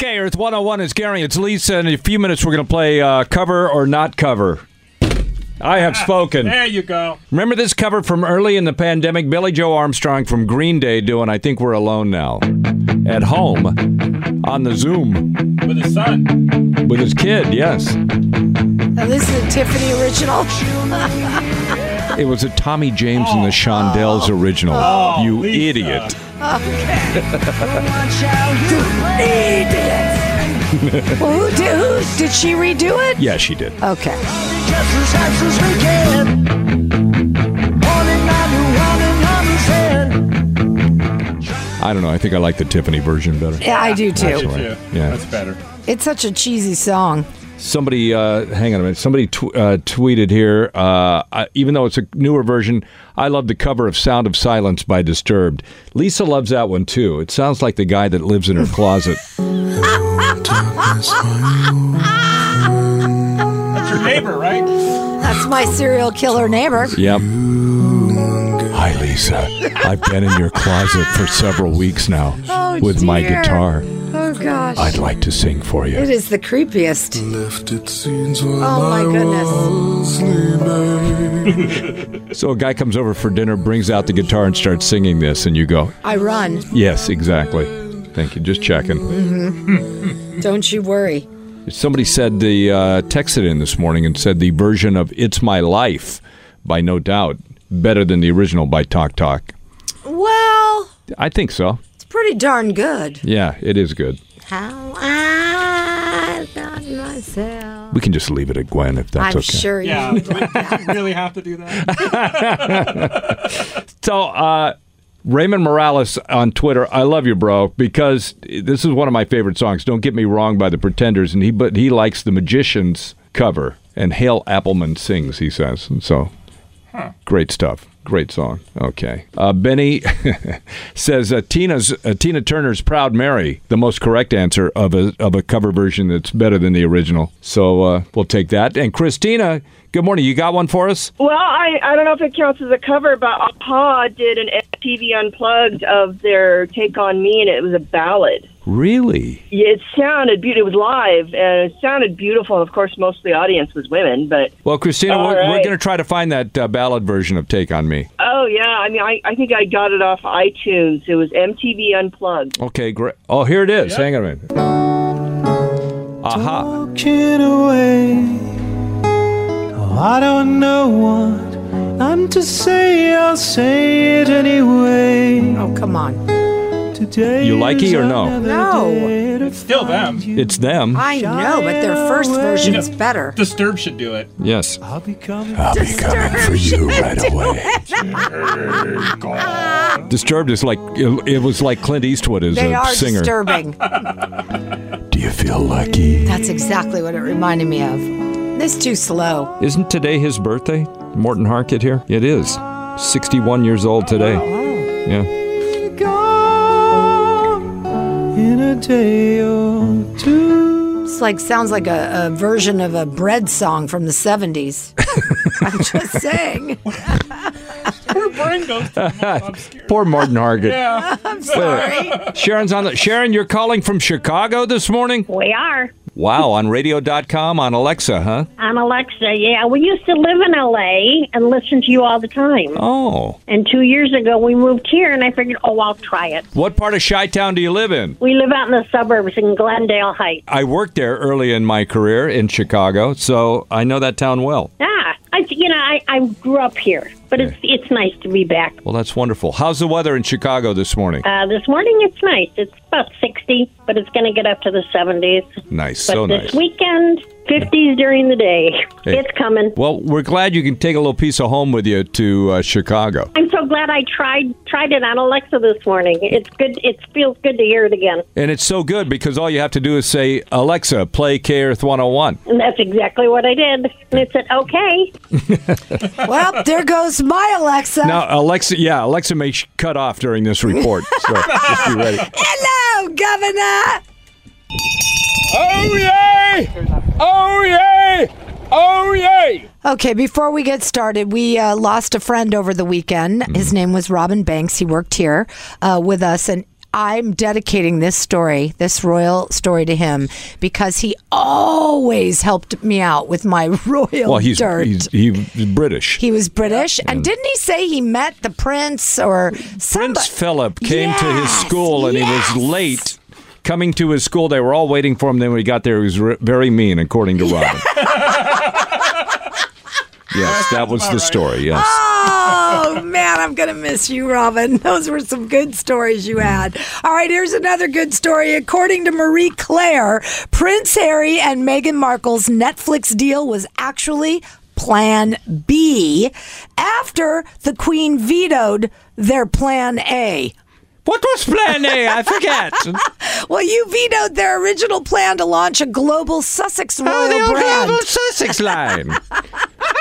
Okay, Earth 101 is Gary. It's Lisa. In a few minutes, we're going to play uh, cover or not cover. I have spoken. Ah, There you go. Remember this cover from early in the pandemic? Billy Joe Armstrong from Green Day doing I Think We're Alone Now. At home, on the Zoom, With the sun. with his kid, yes. Now, this is a Tiffany original. It was a Tommy James and the Shondells original. you Oh, Lisa. idiot. Well, who did, who, did she redo it? Yeah, she did. Okay. I don't know. I think I like the Tiffany version better. Yeah, I do too. Right. Yeah. Yeah. That's better. It's such a cheesy song. Somebody, uh, hang on a minute. Somebody tw- uh, tweeted here. Uh, I, even though it's a newer version, I love the cover of "Sound of Silence" by Disturbed. Lisa loves that one too. It sounds like the guy that lives in her closet. That's your neighbor, right? That's my serial killer neighbor. yep. Hi, Lisa. I've been in your closet for several weeks now Oh, with my dear. guitar. Oh gosh. I'd like to sing for you. it is the creepiest. Lifted scenes while Oh my I goodness. was sleeping. So a guy comes over for dinner, brings out the guitar, and starts singing this, and you go, I run. "Yes, exactly." Thank you. Just checking. Don't you worry. Somebody said the uh, texted in this morning and said the version of "It's My Life" by No Doubt better than the original by Talk Talk. Well, I think so. it's pretty darn good. Yeah, it is good. How I found myself. We can just leave it at Gwen if that's I'm okay. sure you Yeah. would like that. You really have to do that? So, uh, Raymond Morales on Twitter, I love you, bro, because this is one of my favorite songs. Don't get me wrong by the Pretenders, and he but he likes the Magicians cover and Hale Appleman sings. He says and so. Great stuff. Great song. Okay. Uh, Benny says uh, Tina's uh, Tina Turner's "Proud Mary," the most correct answer of a of a cover version that's better than the original. So uh, we'll take that. And Christina, good morning. You got one for us? Well, I, I don't know if it counts as a cover, but Aha did an MTV Unplugged of their Take On Me, and it was a ballad. Really? Yeah, It sounded beautiful. It was live, and it sounded beautiful. And of course, most of the audience was women, but Well, Christina, All we're, we're right. going to try to find that uh, ballad version of "Take on Me." oh, yeah. I mean, I, I think I got it off iTunes. It was MTV Unplugged. Okay, great. Oh, here it is. Hang on a minute. Aha! walking away. Oh, I don't know what I'm to say. I'll say it anyway. Oh, come on. Today You like is it or no? another No. day to Still them. It's them. I know, but their first version's better. Disturb should do it. Yes. I'll be coming. Disturbed is like it, it was like Clint Eastwood as They a are singer. disturbing. Do you feel lucky? That's exactly what it reminded me of. This too slow. Isn't today his birthday? Morton Harkett here. It is. Sixty-one years old today. Yeah. Gone in a day or two. It's like sounds like a, a version of a bread song from the 70s. I'm just saying. Her brain goes to the most obscure. Poor Morton Harkett. Yeah. Sharon's on the. Sharon, you're calling from Chicago this morning. We are Wow, on radio.com on Alexa, huh? on Alexa. Yeah, we used to live in LA and listen to you all the time. Oh. And two years ago, we moved here, and I figured, oh, I'll try it. What part of Chi Town do you live in? We live out in the suburbs in Glendale Heights. I worked there early in my career in Chicago, so I know that town well. Ah, I, you know, I, I grew up here, but it's it's nice to be back. Well, that's wonderful. How's the weather in Chicago this morning? Uh, this morning, it's nice. It's about sixty, but it's going to get up to the seventies. Nice, But so this nice. weekend, fifties during the day. Hey. It's coming. Well, we're glad you can take a little piece of home with you to uh, Chicago. I'm so glad I tried tried it on Alexa this morning. It's good. It feels good to hear it again. And it's so good because all you have to do is say, Alexa, play oh K Earth 101. And that's exactly what I did. And it said, okay. Well, there goes my Alexa. Now, Alexa, yeah, Alexa may sh- cut off during this report, so just be ready. Hello, Governor. Oh, yay! Oh, yay! Oh, yay! Okay, before we get started, we uh, Mm-hmm. lost a friend over the weekend. His name was Robin Banks. He worked here uh, with us, and I'm dedicating this story, this royal story, to him because he always helped me out with my royal Well, he's, dirt. he's he's British. he was British, and didn't he say he met the prince or somebody? Prince Philip came to his Yes, school and yes. he was late coming to his school. They were all waiting for him. Then when he got there, he was re- very mean, according to Robin. yes, that was the story. Yes. Oh man, I'm gonna miss you, Robin. Those were some good stories you had. All right, here's another good story. According to Marie Claire, Prince Harry and Meghan Markle's Netflix deal was actually Plan B after the Queen vetoed their Plan A. What was Plan A? I forget. Well, you vetoed their original plan to launch a global Sussex royal oh, the old brand. Royal Sussex line.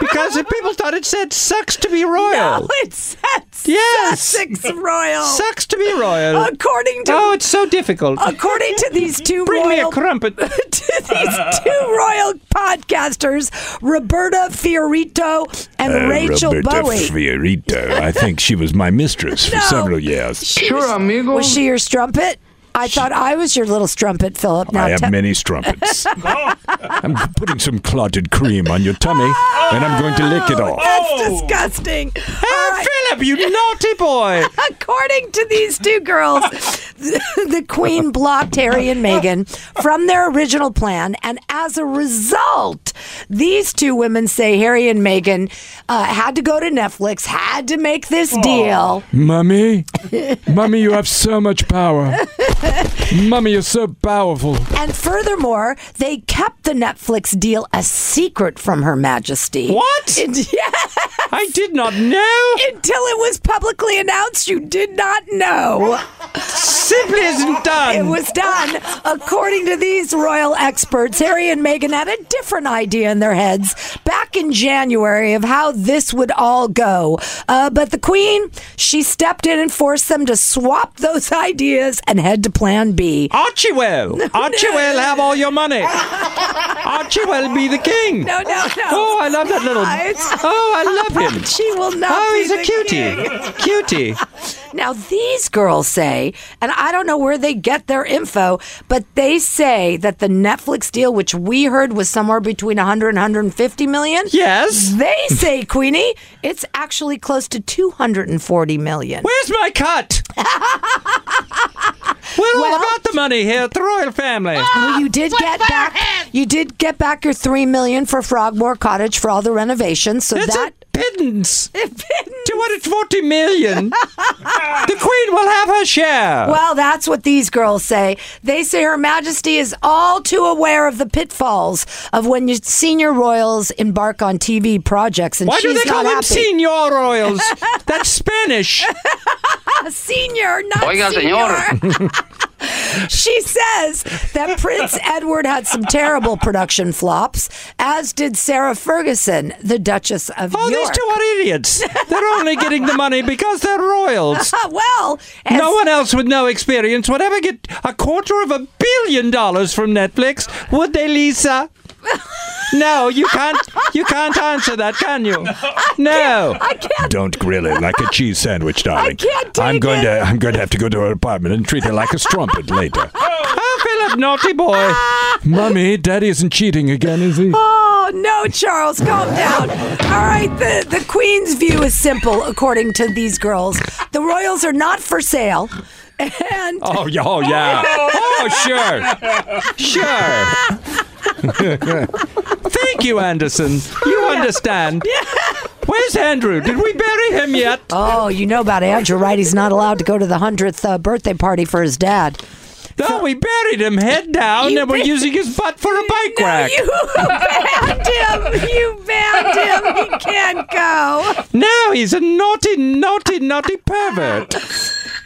because the people thought it said "sucks to be royal." No, it said Yes. Sussex royal. Sucks to be royal. According to oh, it's so difficult. According to these two Bring me royal a crumpet. to these two royal podcasters, Roberta Fiorito and Rachel Bowie. Fiorito. I think she was my mistress for No. several years. She was, amigo. was she your strumpet? I thought I was your little strumpet, Philip. Now I have te- many strumpets. I'm putting some clotted cream on your tummy, and I'm going to lick it off. that's disgusting. All right. Oh, Philip, you naughty boy! According to these two girls, the, the Queen blocked Harry and Meghan from their original plan, and as a result, these two women say Harry and Meghan uh, had to go to Netflix, had to make this deal. Mummy, mummy, you have so much power. mummy, you're so powerful. And furthermore, they kept the Netflix deal a secret from Her Majesty. What? And- yeah, I did not know. until it was publicly announced, you did not know. Simply isn't It done. was done. According to these royal experts, Harry and Meghan had a different idea in their heads back in January of how this would all go. Uh, but the Queen, she stepped in and forced them to swap those ideas and head to Plan B. Archie will. Archie will have all your money. Archie will be the king. No, no, no. Oh, I love that little. It's- Oh, I love him. She will not. Oh, be he's a the cutie. king. Cutie. Now, these girls say, and I don't know where they get their info, but they say that the Netflix deal, which we heard was somewhere between 100 and 150 million. Yes. They say, Queenie, it's actually close to 240 million. Where's my cut? Where well, I got the money here at the royal family. Ah, Well, you did get back you did get back your 3 million for Frogmore Cottage for all the renovations, so It's that a pittance. To what it's 40 million. the queen will have her share. Well, that's what these girls say. They say Her Majesty is all too aware of the pitfalls of when your senior royals embark on TV projects, and Why do she's they not call them happy. senior royals? That's Spanish. senior, not senior. she says that Prince Edward had some terrible production flops, as did Sarah Ferguson, the Duchess of Oh, York. these two are idiots. They're only getting the money because they're royals. Ah, well, as- No one else with no experience would ever get a quarter of a billion dollars from Netflix, would they, Lisa? No, you can't. You can't answer that, can you? No. I can't. Don't grill it like a cheese sandwich, darling. can't I'm take going it. to. I'm going to have to go to her apartment and treat her like a strumpet later. Oh, Philip, naughty boy. Mummy, Daddy isn't cheating again, is he? Oh no, Charles, calm down. All right, the the Queen's view is simple, according to these girls. The royals are not for sale, and Oh, yeah. Oh, yeah. Oh, sure. Sure. Thank you, Anderson. You understand. Where's Andrew? Did we bury him yet? oh, you know about Andrew, right? He's not allowed to go to the hundredth uh, birthday party for his dad. No, we buried him head down and we're using his butt for a bike rack. You banned him. You banned him. He can't go. No, he's a naughty, naughty, naughty pervert.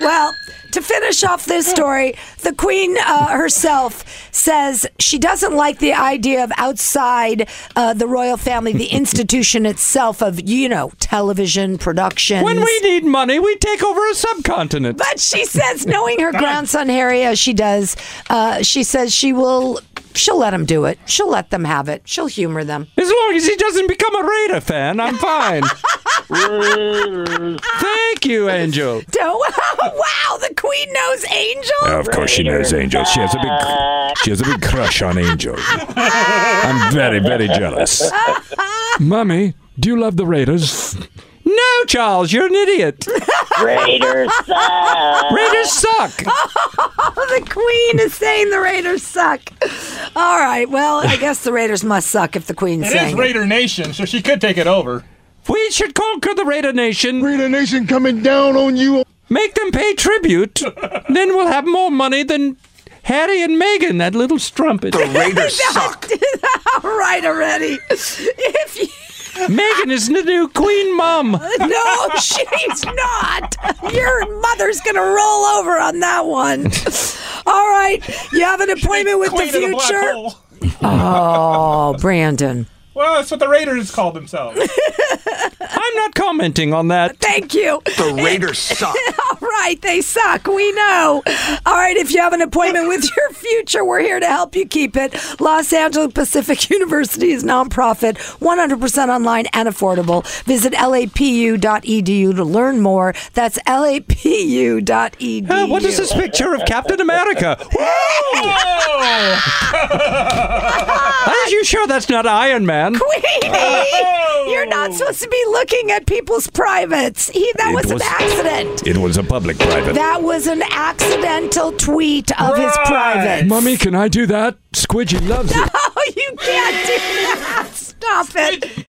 Well, to finish off this story, the Queen uh, herself says she doesn't like the idea of outside uh, the royal family, the institution itself of, you know, television production. When we need money, we take over a subcontinent. But she says, knowing her grandson Harry as she does, uh, she says she will She'll let them do it. She'll let them have it. She'll humor them. As long as he doesn't become a Raider fan, I'm fine. Thank you, Angel. Don't. wow, the queen knows Angel. Uh, Of course, she knows Angel. She has a big, she has a big crush on Angel. I'm very, very jealous. Mummy, do you love the Raiders? No, Charles, you're an idiot. Raiders suck. Raiders suck. the queen is saying the Raiders suck. All right. Well, I guess the Raiders must suck if the queen's It is saying. Raider Nation, so she could take it over. We should conquer the Raider Nation. Raider Nation coming down on you. Make them pay tribute. then we'll have more money than Harry and Meghan, that little strumpet. Raiders suck. All right already. If you. Meghan is the new queen mom. No, she's not. Your mother's going to roll over on that one. All right. You have an appointment with the Queen of the black future. hole. oh, Brandon. Well, that's what the Raiders call themselves. I'm not commenting on that. Thank you. The Raiders suck. All right, they suck. We know. All right, if you have an appointment with your future, we're here to help you keep it. Los Angeles Pacific University is nonprofit, 100% online and affordable. Visit lapu.edu to learn more. That's lapu.edu. Uh, what is this picture of Captain America? Whoa! oh! Are you sure that's not Iron Man? Queenie, you're not supposed to be looking at people's privates. He, that was, was- an accident. It was a public private. That was an accidental tweet of his Right. private. Mummy, can I do that? Squidgy loves it. Oh, you can't do that. Stop it.